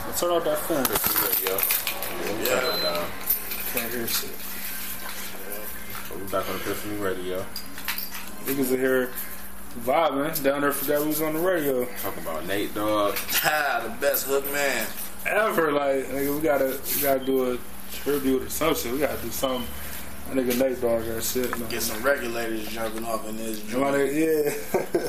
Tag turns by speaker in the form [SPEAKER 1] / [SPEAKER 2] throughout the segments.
[SPEAKER 1] Well, turn off that phone if you're ready, yo. Yeah, yeah. Down.
[SPEAKER 2] Can't hear shit.
[SPEAKER 1] But we back on Epiphany Radio.
[SPEAKER 2] Niggas in here vibing. Down there forgot we was on the radio.
[SPEAKER 1] Talking about Nate Dogg.
[SPEAKER 3] Ha, the best hook man.
[SPEAKER 2] Ever like nigga, we gotta we gotta do a tribute or some shit. We gotta do something. My nigga Nate Dogg that shit. man.
[SPEAKER 3] Get some regulators jumping off in this
[SPEAKER 2] My
[SPEAKER 3] joint.
[SPEAKER 2] nigga, yeah.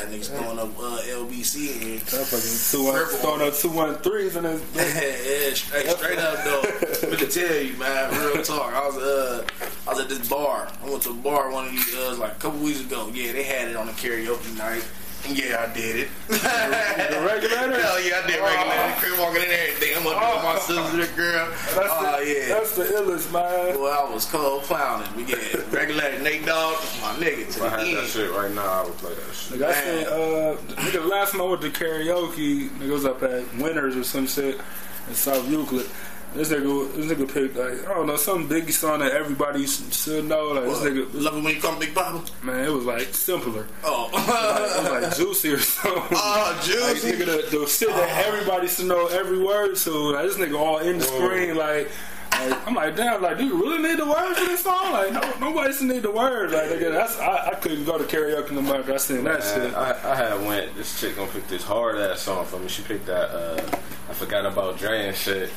[SPEAKER 3] That nigga's throwing up uh, LBC in here.
[SPEAKER 2] That fucking two one,
[SPEAKER 3] Purple.
[SPEAKER 2] throwing up two one threes in his.
[SPEAKER 3] yeah, straight, straight up though. I'm gonna tell you, man. Real talk. I was uh, I was at this bar. I went to a bar one of these uh, like a couple weeks ago. Yeah, they had it on a karaoke night. And yeah, I did it. the
[SPEAKER 2] regulators? Oh.
[SPEAKER 3] Hell yeah, I did regulator. Crib walking in there, everything. I'm up there with my sister, girl.
[SPEAKER 2] That's
[SPEAKER 3] Oh
[SPEAKER 2] the,
[SPEAKER 3] yeah.
[SPEAKER 2] that's the illest man.
[SPEAKER 3] Well, I was cold clowning. We get regular Nate Dog, my nigga, to
[SPEAKER 1] If I had that
[SPEAKER 3] the end.
[SPEAKER 1] shit right now, I would play that shit.
[SPEAKER 2] Nigga, I said, uh, nigga, last time I went to karaoke, nigga was up at Winners or some shit in South Euclid. This nigga, this nigga picked like I don't know some Biggie song that everybody s- should know. Like this nigga,
[SPEAKER 3] Love it when you come Big Baba.
[SPEAKER 2] man, it was like simpler, it was
[SPEAKER 3] Oh,
[SPEAKER 2] like juicy or something.
[SPEAKER 3] oh,
[SPEAKER 1] Ah,
[SPEAKER 2] Like,
[SPEAKER 3] juicy.
[SPEAKER 2] nigga, the, the shit that everybody should know every word to. Like, this nigga all in the screen, like, like, I'm like, damn, like, do you really need the words for this song? Like, no, nobody should need the words. Like, nigga, that's I, I couldn't go to karaoke no matter. I seen that shit.
[SPEAKER 1] And I, I had went. This chick gonna pick this hard ass song for me. She picked that. Uh, I forgot about Dre and shit.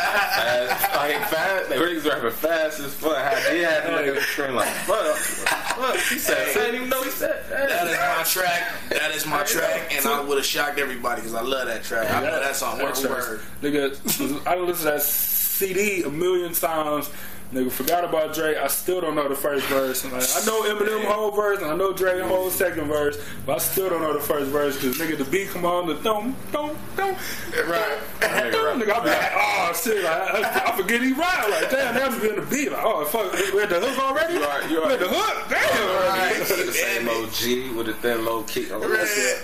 [SPEAKER 1] fast, like fast. They really was rapping fast as fuck. How she had me looking at the screen like fuck. Fuck. She said. I didn't even know he said.
[SPEAKER 3] That is
[SPEAKER 1] That.
[SPEAKER 3] my track. That is my track, and I would have shocked everybody because I love that track. I know that song word for word.
[SPEAKER 2] Nigga, I done listened to that CD a million times. Nigga, forgot about Dre. I still don't know the first verse. And, Like, I know Eminem whole verse, and I know Dre whole second verse, but I still don't know the first verse because nigga, the beat come on, the thump, thump, thump,
[SPEAKER 3] Right.
[SPEAKER 2] thump, nigga, I be like, oh shit, like, I, I forget he rhyme. Like, damn, that was being the beat. Like, oh fuck, we had the hook already.
[SPEAKER 1] You are- you are-
[SPEAKER 2] We had the hook. Damn.
[SPEAKER 3] Right.
[SPEAKER 1] The same OG with a thin low kick. I'm like, that's it.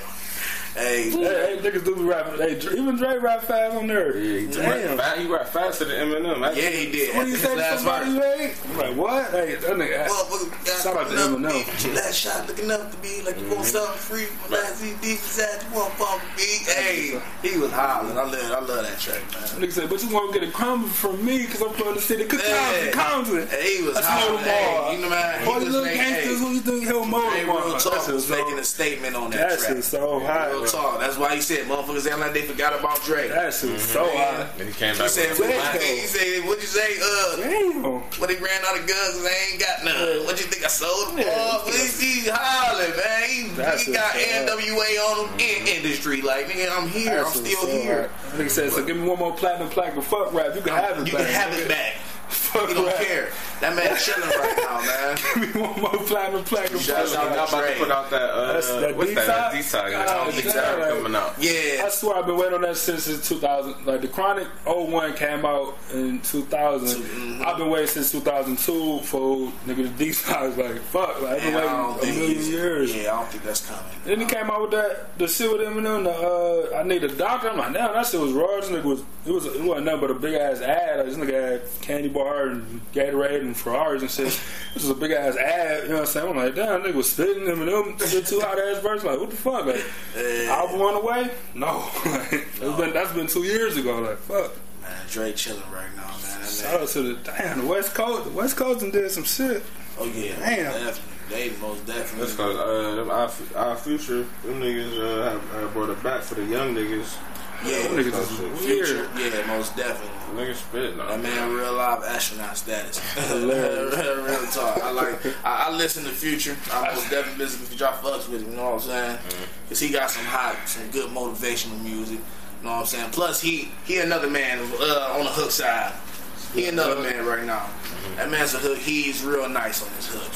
[SPEAKER 3] Hey,
[SPEAKER 2] Hey, hey, niggas do be rapping. Hey, Dre- even Dre rap fast on there.
[SPEAKER 1] Yeah, he,
[SPEAKER 2] Damn.
[SPEAKER 1] rap fa- he rap faster than Eminem. That's-
[SPEAKER 3] yeah, he did.
[SPEAKER 2] What do you
[SPEAKER 3] His
[SPEAKER 2] say to
[SPEAKER 3] last
[SPEAKER 2] somebody,
[SPEAKER 3] verse.
[SPEAKER 2] mate? I'm like, what? Hey, that nigga.
[SPEAKER 3] Motherfucker, got
[SPEAKER 2] Shout out to
[SPEAKER 3] looking up
[SPEAKER 2] Eminem.
[SPEAKER 3] to me. Last shot looking up to me like you want something free. My last CD was at you want pump me. Hey, he was hollering. I love, I love that track, man.
[SPEAKER 2] Nigga said, but you won't get a crumb from me because I'm from the city. Cause
[SPEAKER 3] Hey.
[SPEAKER 2] Compton, Compton.
[SPEAKER 3] Hey, he was
[SPEAKER 2] That's no
[SPEAKER 3] hollering. Hey,
[SPEAKER 2] more.
[SPEAKER 3] you know what? He
[SPEAKER 2] All
[SPEAKER 3] was
[SPEAKER 2] these little
[SPEAKER 3] making-
[SPEAKER 2] gangsters,
[SPEAKER 3] hey.
[SPEAKER 2] who you think he'll mow
[SPEAKER 3] Hey,
[SPEAKER 2] them
[SPEAKER 3] real
[SPEAKER 2] on?
[SPEAKER 3] talk
[SPEAKER 2] That's
[SPEAKER 3] was
[SPEAKER 2] his
[SPEAKER 3] making a
[SPEAKER 2] own-
[SPEAKER 3] statement on
[SPEAKER 2] That
[SPEAKER 3] that, track.
[SPEAKER 2] shit's so hot,
[SPEAKER 3] Real
[SPEAKER 2] bro.
[SPEAKER 3] talk. Mm-hmm. That's why he said, "Motherfuckers, act like they forgot about Drake."
[SPEAKER 2] That shit's so hot.
[SPEAKER 1] And he came back.
[SPEAKER 3] he said,
[SPEAKER 1] with
[SPEAKER 3] what,
[SPEAKER 1] a
[SPEAKER 2] Damn.
[SPEAKER 3] I think he said, "What'd you say? Uh,
[SPEAKER 2] Damn.
[SPEAKER 3] when they ran out of guns, 'cause they ain't got none. What you think I sold them?
[SPEAKER 2] Yeah.
[SPEAKER 3] for? he, he hollering, man. He,
[SPEAKER 2] That's
[SPEAKER 3] he got
[SPEAKER 2] what's up. Mm-hmm.
[SPEAKER 3] NWA on him in industry. Like, nigga, I'm here.
[SPEAKER 2] That's
[SPEAKER 3] I'm
[SPEAKER 2] what's
[SPEAKER 3] still
[SPEAKER 2] so
[SPEAKER 3] here.
[SPEAKER 2] hot. Nigga said, so give me one more platinum plaque of fuck rap. You can have it
[SPEAKER 3] You
[SPEAKER 2] back.
[SPEAKER 3] can have it back.
[SPEAKER 2] Fuck
[SPEAKER 3] He don't
[SPEAKER 2] rap.
[SPEAKER 3] care. That man chilling right now, man.
[SPEAKER 2] Give me one more platinum plaque of
[SPEAKER 3] Shout
[SPEAKER 2] fuck
[SPEAKER 3] out
[SPEAKER 2] rap.
[SPEAKER 1] Y'all about to put out that, uh,
[SPEAKER 2] That's- that
[SPEAKER 1] what's
[SPEAKER 2] D-side?
[SPEAKER 1] that? D-side.
[SPEAKER 2] God
[SPEAKER 1] I don't think that
[SPEAKER 2] damn.
[SPEAKER 1] coming out.
[SPEAKER 2] I
[SPEAKER 3] Yeah.
[SPEAKER 2] swear I've been waiting on that since since 2000. Like the Chronic 01 came out in 2000.
[SPEAKER 3] mm-hmm.
[SPEAKER 2] I've been waiting since 2002 for nigga the D sides. Like fuck, like I've been
[SPEAKER 3] And I don't
[SPEAKER 2] waiting a
[SPEAKER 3] think
[SPEAKER 2] million
[SPEAKER 3] he's-
[SPEAKER 2] years.
[SPEAKER 3] Yeah, I don't think that's coming.
[SPEAKER 2] Then he came out with that the shit with Eminem. The, uh, I need a doctor. I'm like, damn, that shit was raw. This nigga was it was it wasn't nothing but a big ass ad. Like, this nigga had candy bar and Gatorade and Ferraris and shit. This was a big ass ad. You know what I'm saying? I'm like, damn, nigga was spitting Eminem shit too hot ass verse. Like, what the fuck? Like, album went away? No, like, it's been that's been two years ago. Like, fuck.
[SPEAKER 3] Man, Drake chilling right now, man. That
[SPEAKER 2] Shout out to the damn the West Coast. The West Coast and did some shit.
[SPEAKER 3] Oh yeah,
[SPEAKER 2] Damn.
[SPEAKER 3] definitely. They most definitely.
[SPEAKER 1] That's cause uh, them our, fu- our future, them niggas uh, have, have brought it back for the young niggas.
[SPEAKER 3] yeah,
[SPEAKER 2] Them niggas is
[SPEAKER 3] future.
[SPEAKER 2] weird.
[SPEAKER 3] Yeah, most definitely.
[SPEAKER 1] Niggas spit now.
[SPEAKER 3] That man, real live astronaut status.
[SPEAKER 2] Hilarious.
[SPEAKER 3] real talk. I like. I, I listen to Future. I most definitely listen to Future. I fucks with him. You know what I'm saying?
[SPEAKER 2] Mm-hmm.
[SPEAKER 3] Cause he got some hot, some good motivational music. You know what I'm saying? Plus, he he another man uh, on the hook side. He another man right now.
[SPEAKER 2] Mm-hmm.
[SPEAKER 3] That man's a hook. He's real nice on his hook.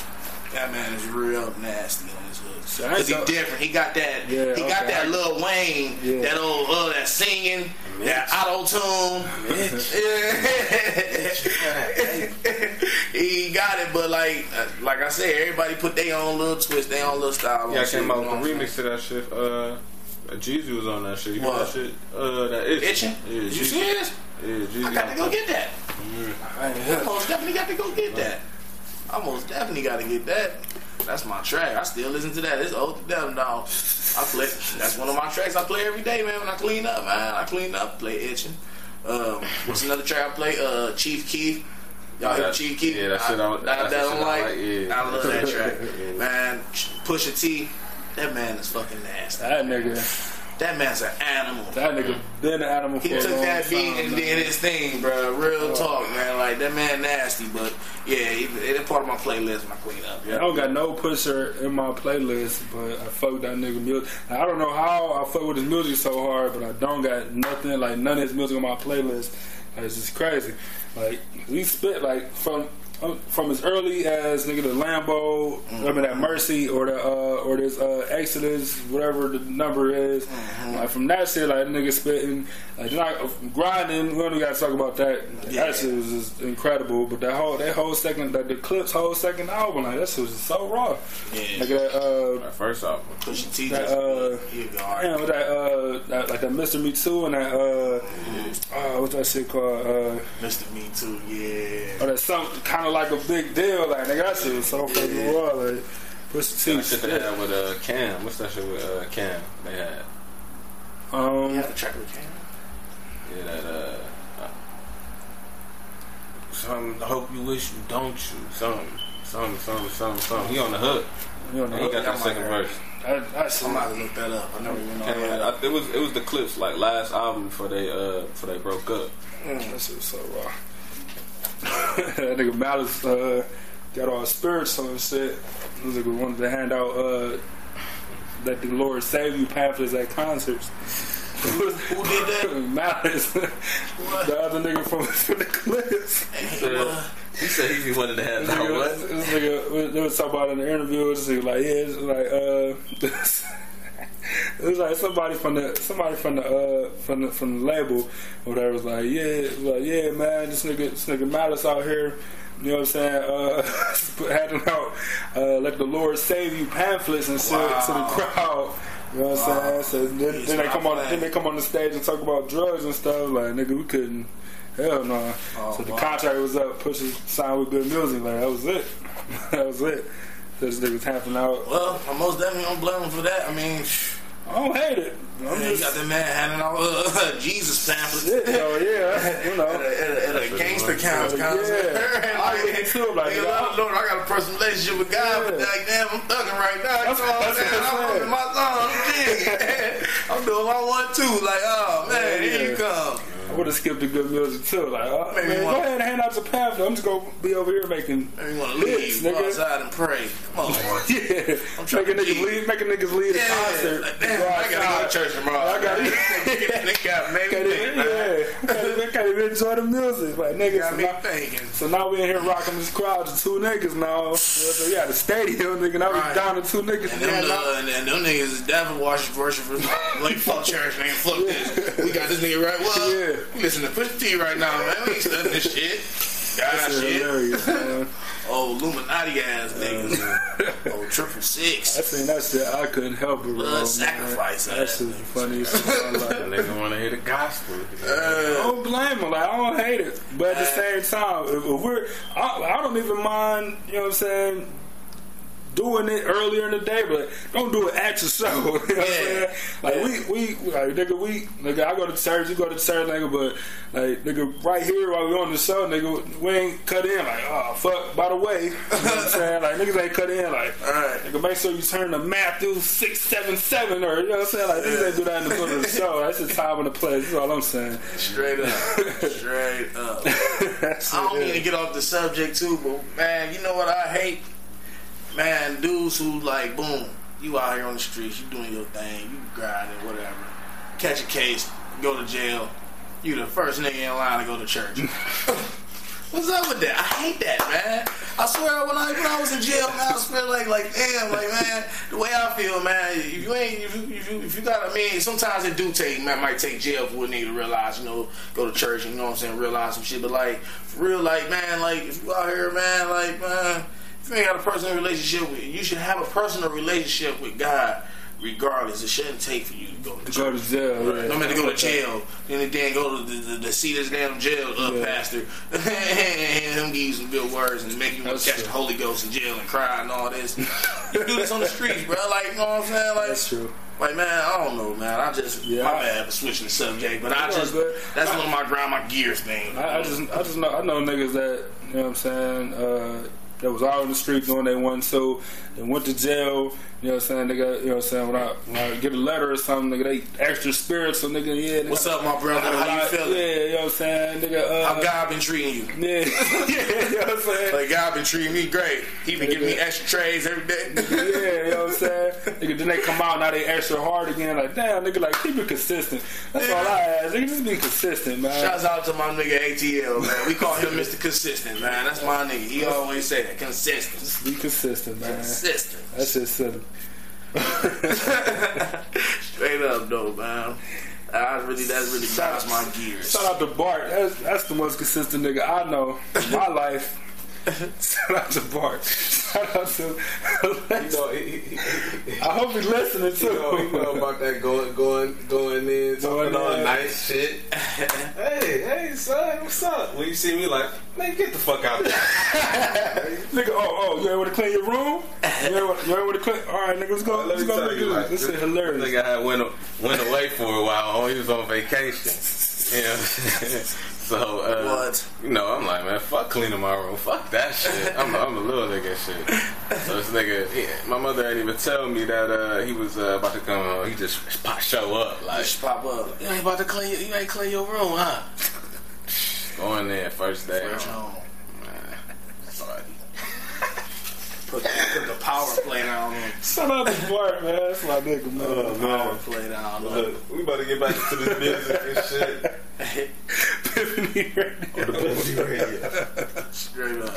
[SPEAKER 3] That man is real nasty on his hook.
[SPEAKER 2] I
[SPEAKER 3] Cause he
[SPEAKER 2] thought-
[SPEAKER 3] different. He got that.
[SPEAKER 2] Yeah,
[SPEAKER 3] he got
[SPEAKER 2] okay.
[SPEAKER 3] that Lil Wayne.
[SPEAKER 2] Yeah.
[SPEAKER 3] That old uh, that singing. That auto tune. he got it, but like uh, like I said, everybody put their own little twist, their own little style. on
[SPEAKER 1] yeah, I
[SPEAKER 3] shit,
[SPEAKER 1] came out
[SPEAKER 3] you
[SPEAKER 1] with
[SPEAKER 3] know what
[SPEAKER 1] a
[SPEAKER 3] I'm saying?
[SPEAKER 1] remix to that shit. Uh, Jeezy was on that shit. You know
[SPEAKER 3] What?
[SPEAKER 1] that shit? Uh, that itch.
[SPEAKER 3] Itching?
[SPEAKER 1] Yeah,
[SPEAKER 3] Did you
[SPEAKER 1] Jeezy-
[SPEAKER 3] see this?
[SPEAKER 1] Yeah, Jeezy.
[SPEAKER 3] I got to go get that. I most definitely got to go get that. I most definitely got to get that. That's my track. I still listen to that. It's old to death, dog. I play. That's one of my tracks I play every day, man. When I clean up, man, I clean up, play itching. Um, what's another track I play? Uh, Chief Keef. Y'all hear
[SPEAKER 1] Yeah,
[SPEAKER 3] Chief Keef?
[SPEAKER 1] yeah, that shit I-
[SPEAKER 3] I, that,
[SPEAKER 1] that's the
[SPEAKER 3] that
[SPEAKER 1] shit
[SPEAKER 3] I'm
[SPEAKER 1] I
[SPEAKER 3] like.
[SPEAKER 1] like, yeah.
[SPEAKER 3] I love that track,
[SPEAKER 1] Yeah.
[SPEAKER 3] man. Pusha T. That man is fucking nasty.
[SPEAKER 2] That nigga,
[SPEAKER 3] That man's an animal.
[SPEAKER 2] that nigga been an animal for
[SPEAKER 3] He
[SPEAKER 2] a
[SPEAKER 3] took
[SPEAKER 2] long
[SPEAKER 3] that beat
[SPEAKER 2] time,
[SPEAKER 3] and
[SPEAKER 2] man.
[SPEAKER 3] did his thing, bro. Real talk, man. Like that man nasty, but yeah, he, it's part of my playlist when I clean up.
[SPEAKER 2] I don't got no pusher in my playlist, but I fuck with that nigga music. I don't know how I fuck with his music so hard, but I don't got nothing like none of his music on my playlist. Like, it's just crazy. Like we spit like from um, from as early as nigga the Lambo, I mean that Mercy or the uh, or this uh, Exodus, whatever the number is. Like from that shit, like nigga spitting, like not grinding. We only got to talk about that.
[SPEAKER 3] Yeah.
[SPEAKER 2] That shit was just incredible. But that whole that whole second, like the clips, whole second album, like that shit was just so raw.
[SPEAKER 3] Yeah.
[SPEAKER 2] Like that, uh,
[SPEAKER 1] That first album.
[SPEAKER 3] Pusha T.
[SPEAKER 2] that,
[SPEAKER 3] Just,
[SPEAKER 2] uh,
[SPEAKER 3] he'll be
[SPEAKER 2] damn,
[SPEAKER 3] alright.
[SPEAKER 2] with that, uh, that, like that Mr. Me Too and that, uh, uh, what's that shit called? Uh,
[SPEAKER 3] Mr. Me Too. Yeah.
[SPEAKER 2] or that some kind of like a big deal. Like nigga, that shit was so fucking raw. Like
[SPEAKER 1] That shit
[SPEAKER 2] Pusha
[SPEAKER 1] they
[SPEAKER 2] T.
[SPEAKER 1] had with uh, Cam. What's that shit with uh, Cam? They had
[SPEAKER 2] Um,
[SPEAKER 3] You have a track with Cam.
[SPEAKER 1] yeah that uh, uh something. I hope you wish you don't you something something something something something. He on the hook.
[SPEAKER 2] you
[SPEAKER 1] And he
[SPEAKER 2] know,
[SPEAKER 1] got that second verse.
[SPEAKER 2] that, that shit.
[SPEAKER 3] I'm about to look that up. I never even know.
[SPEAKER 1] Cam,
[SPEAKER 3] that.
[SPEAKER 1] I, it was it was the clips like last album before they uh before they broke up.
[SPEAKER 2] That shit was so raw. uh, that nigga Malice uh, got all spiritual and shit. This nigga wanted to hand out uh, that the Lord save you pamphlets at concerts.
[SPEAKER 3] Who did that?
[SPEAKER 2] Malice, the other nigga from, from the clips.
[SPEAKER 1] He said he wanted to have that
[SPEAKER 2] Nigga,
[SPEAKER 1] one.
[SPEAKER 2] This nigga, they was talking about in the interview. This nigga like, yeah, it's like, uh, it was like somebody from the somebody from the uh, from the from the label or whatever was like, yeah, it was like yeah, man, this nigga this nigga Malice out here. You know what I'm saying? Uh, had them out, uh, let the Lord save you pamphlets and shit to the
[SPEAKER 3] Wow.
[SPEAKER 2] crowd. You know what I'm saying? So then,
[SPEAKER 3] He's
[SPEAKER 2] then they
[SPEAKER 3] not
[SPEAKER 2] come on,
[SPEAKER 3] playing.
[SPEAKER 2] then they come on the stage and talk about drugs and stuff. Like nigga, we couldn't. Hell no.
[SPEAKER 3] Oh,
[SPEAKER 2] so the
[SPEAKER 3] wow.
[SPEAKER 2] contract was up. Pusha signed with Good Music. Like that was it. that was it. This nigga's tapping out.
[SPEAKER 3] Well, I most definitely don't blame him for that. I mean,
[SPEAKER 2] I don't hate it. I'm
[SPEAKER 3] man, you got
[SPEAKER 2] just
[SPEAKER 3] that man handing out uh, Jesus pamphlets.
[SPEAKER 2] shit. So yeah, you
[SPEAKER 3] At a,
[SPEAKER 2] know.
[SPEAKER 3] at a, at a gangster count,
[SPEAKER 2] Yeah. I
[SPEAKER 3] like,
[SPEAKER 2] went too, like,
[SPEAKER 3] nigga,
[SPEAKER 2] yeah.
[SPEAKER 3] Lord, I got a personal relationship with God, but
[SPEAKER 2] Yeah.
[SPEAKER 3] like, damn, I'm thugging right now.
[SPEAKER 2] That's-
[SPEAKER 3] That's, all
[SPEAKER 2] that's
[SPEAKER 3] man.
[SPEAKER 2] what I'm
[SPEAKER 3] I'm
[SPEAKER 2] saying.
[SPEAKER 3] on my song, nigga. I'm doing what I want to. Like, oh man,
[SPEAKER 2] Yeah.
[SPEAKER 3] here you come.
[SPEAKER 2] I would have skipped the Good Music too. Like, oh,
[SPEAKER 3] Maybe
[SPEAKER 2] man,
[SPEAKER 3] one-
[SPEAKER 2] go ahead and hand out the pamphlet. I'm just gonna be over here making.
[SPEAKER 3] Maybe you want to
[SPEAKER 2] Yes,
[SPEAKER 3] leave,
[SPEAKER 2] nigga.
[SPEAKER 3] go outside and pray. Come on.
[SPEAKER 2] Yeah,
[SPEAKER 3] trying
[SPEAKER 2] making
[SPEAKER 3] to
[SPEAKER 2] niggas
[SPEAKER 3] keep-
[SPEAKER 2] leave, making niggas leave the
[SPEAKER 3] Yeah,
[SPEAKER 2] concert.
[SPEAKER 3] like, damn, I gotta go to church tomorrow.
[SPEAKER 2] I gotta-
[SPEAKER 3] They got me
[SPEAKER 2] Can't even,
[SPEAKER 3] thinking.
[SPEAKER 2] yeah, can't even- can't even enjoy the music. Like niggas,
[SPEAKER 3] Got
[SPEAKER 2] so
[SPEAKER 3] me
[SPEAKER 2] now-
[SPEAKER 3] thinking.
[SPEAKER 2] So now we in here rocking this crowd to two niggas now. So yeah, the stadium nigga. Now we
[SPEAKER 3] Right.
[SPEAKER 2] down to two niggas.
[SPEAKER 3] And
[SPEAKER 2] man,
[SPEAKER 3] them,
[SPEAKER 2] now-
[SPEAKER 3] uh, and, and them niggas is devil worship, worshipers. Like, fuck church, nigga. Fuck this. We got this nigga right. Well,
[SPEAKER 2] Yeah.
[SPEAKER 3] we listen to Pusha T right now, man. We ain't studying this shit. God
[SPEAKER 2] That's
[SPEAKER 3] shit.
[SPEAKER 2] hilarious, man.
[SPEAKER 3] Oh, Illuminati ass niggas. oh, triple
[SPEAKER 2] I
[SPEAKER 3] six.
[SPEAKER 2] seen that shit. I couldn't help but roll,
[SPEAKER 3] Blood
[SPEAKER 2] man.
[SPEAKER 3] sacrifice.
[SPEAKER 2] That shit was the funniest shit in my life.
[SPEAKER 1] They didn't want to hear the gospel.
[SPEAKER 2] I don't blame him. Like I don't hate it, but at the same time, if, if we're, I, I don't even mind. You know what I'm saying? Doing it earlier in the day, but don't do it at your show. You know what I'm saying? Like we, we, like nigga, we, nigga, I go to church, you go to church, nigga, but like nigga, right here while we on the show, nigga, we ain't cut in. Like oh fuck, by the way, you know what I'm saying? Like niggas ain't cut in. Like
[SPEAKER 3] Alright.
[SPEAKER 2] nigga, make sure you turn to Matthew six seven seven or you know what I'm saying? Like niggas ain't do that in the middle of the show. That's the time and the place. That's all I'm saying.
[SPEAKER 3] Straight up. Straight up. I don't mean to get off the subject too, but man, you know what I hate? Man, dudes who like, boom, you out here on the streets, you doing your thing, you grinding, whatever. Catch a case, go to jail. You the first nigga in line to go to church. What's up with that? I hate that, man. I swear, when I when I was in jail, man, I was feeling like like damn, like man, the way I feel, man. If you ain't, if you, if you, if you got, I mean, sometimes it do take, man, might take jail for a nigga to realize, you know, go to church, you know what I'm saying, realize some shit. But like, for real, like man, like if you out here, man, like man, if you ain't got a personal relationship with, you should have a personal relationship with God. regardless. It shouldn't take for you to go to
[SPEAKER 2] To go
[SPEAKER 3] church.
[SPEAKER 2] to jail.
[SPEAKER 3] No
[SPEAKER 2] Right.
[SPEAKER 3] matter to go to jail, then the damn go to the, the, the see this damn jail uh,
[SPEAKER 2] Yeah.
[SPEAKER 3] pastor, and him give you some good words and make you want
[SPEAKER 2] That's
[SPEAKER 3] to catch
[SPEAKER 2] true.
[SPEAKER 3] the Holy Ghost in jail and cry and all this. you do this on the streets, bro. Like you know what I'm saying? Like
[SPEAKER 2] That's true.
[SPEAKER 3] like man, I don't know, man. I just
[SPEAKER 2] Yeah,
[SPEAKER 3] my
[SPEAKER 2] I-
[SPEAKER 3] bad for switching the subject, but I
[SPEAKER 2] You know,
[SPEAKER 3] just
[SPEAKER 2] but-
[SPEAKER 3] that's one of my grind my gears thing.
[SPEAKER 2] I, I just I just know I know niggas that you know what I'm saying uh, that was out in the street doing they one so they went to jail. You know what I'm saying? Nigga, you know what I'm saying? When I, when I get a letter or something, nigga, they extra spiritual, nigga. Yeah. Nigga,
[SPEAKER 3] What's up, my brother? How you feeling?
[SPEAKER 2] Yeah, you know what I'm saying, nigga. Uh,
[SPEAKER 3] How God been treating you?
[SPEAKER 2] yeah, yeah, you know what I'm saying.
[SPEAKER 3] Like God been treating me great. He been giving me extra trays every
[SPEAKER 2] yeah,
[SPEAKER 3] day.
[SPEAKER 2] you know what I'm saying? Nigga, then they come out, now they extra hard again. Like, damn, nigga, like, keep it consistent. That's all I ask. Nigga, just be consistent, man.
[SPEAKER 3] Shouts out to my nigga ATL, man. We call him Mr. Consistent, man. That's my nigga. He always say that. Consistent.
[SPEAKER 2] Be consistent, man.
[SPEAKER 3] Consistent.
[SPEAKER 2] That's just silly.
[SPEAKER 3] Straight up though, man. I really that really grinds my gears.
[SPEAKER 2] Shout out to Bart. That's, that's the most consistent nigga I know in my life. Shout out to Bart. Shout out to.
[SPEAKER 1] You know, he, he, he,
[SPEAKER 2] I hope he's listening too.
[SPEAKER 1] you know, you know about that going, going, going in,
[SPEAKER 2] Going
[SPEAKER 1] talking all
[SPEAKER 2] in.
[SPEAKER 1] nice shit. hey, hey, son, what's up? When you see me, like, man, get the fuck out. of here.
[SPEAKER 2] Nigga, oh, oh, you ain't want to clean your room? You ain't want- you ain't want to clean? All right, nigga, let's go.
[SPEAKER 1] Let
[SPEAKER 2] Let's
[SPEAKER 1] me
[SPEAKER 2] go.
[SPEAKER 1] tell you, like,
[SPEAKER 2] This is hilarious.
[SPEAKER 1] Nigga had went went away for a while. Oh, he was on vacation. Yeah. so uh,
[SPEAKER 3] What?
[SPEAKER 1] You know, I'm like, man, fuck cleaning my room. Fuck that shit. I'm, I'm a little nigga and shit. So this nigga, yeah, my mother ain't even tell me that uh, he was uh, about to come home. He just pop show up like
[SPEAKER 3] Just pop up.
[SPEAKER 1] you ain't about to clean. You ain't clean your room, huh? Going there first day.
[SPEAKER 3] Put
[SPEAKER 1] home,
[SPEAKER 3] on.
[SPEAKER 1] man. Sorry.
[SPEAKER 3] Put, put the power play down on.
[SPEAKER 2] Shout out to Bart, man. That's my nigga, man.
[SPEAKER 3] Power play down on.
[SPEAKER 1] Oh, Look, we about to get back to this music and shit.
[SPEAKER 2] Epiphany Radio.
[SPEAKER 1] On the Boosie Radio.
[SPEAKER 3] Straight up.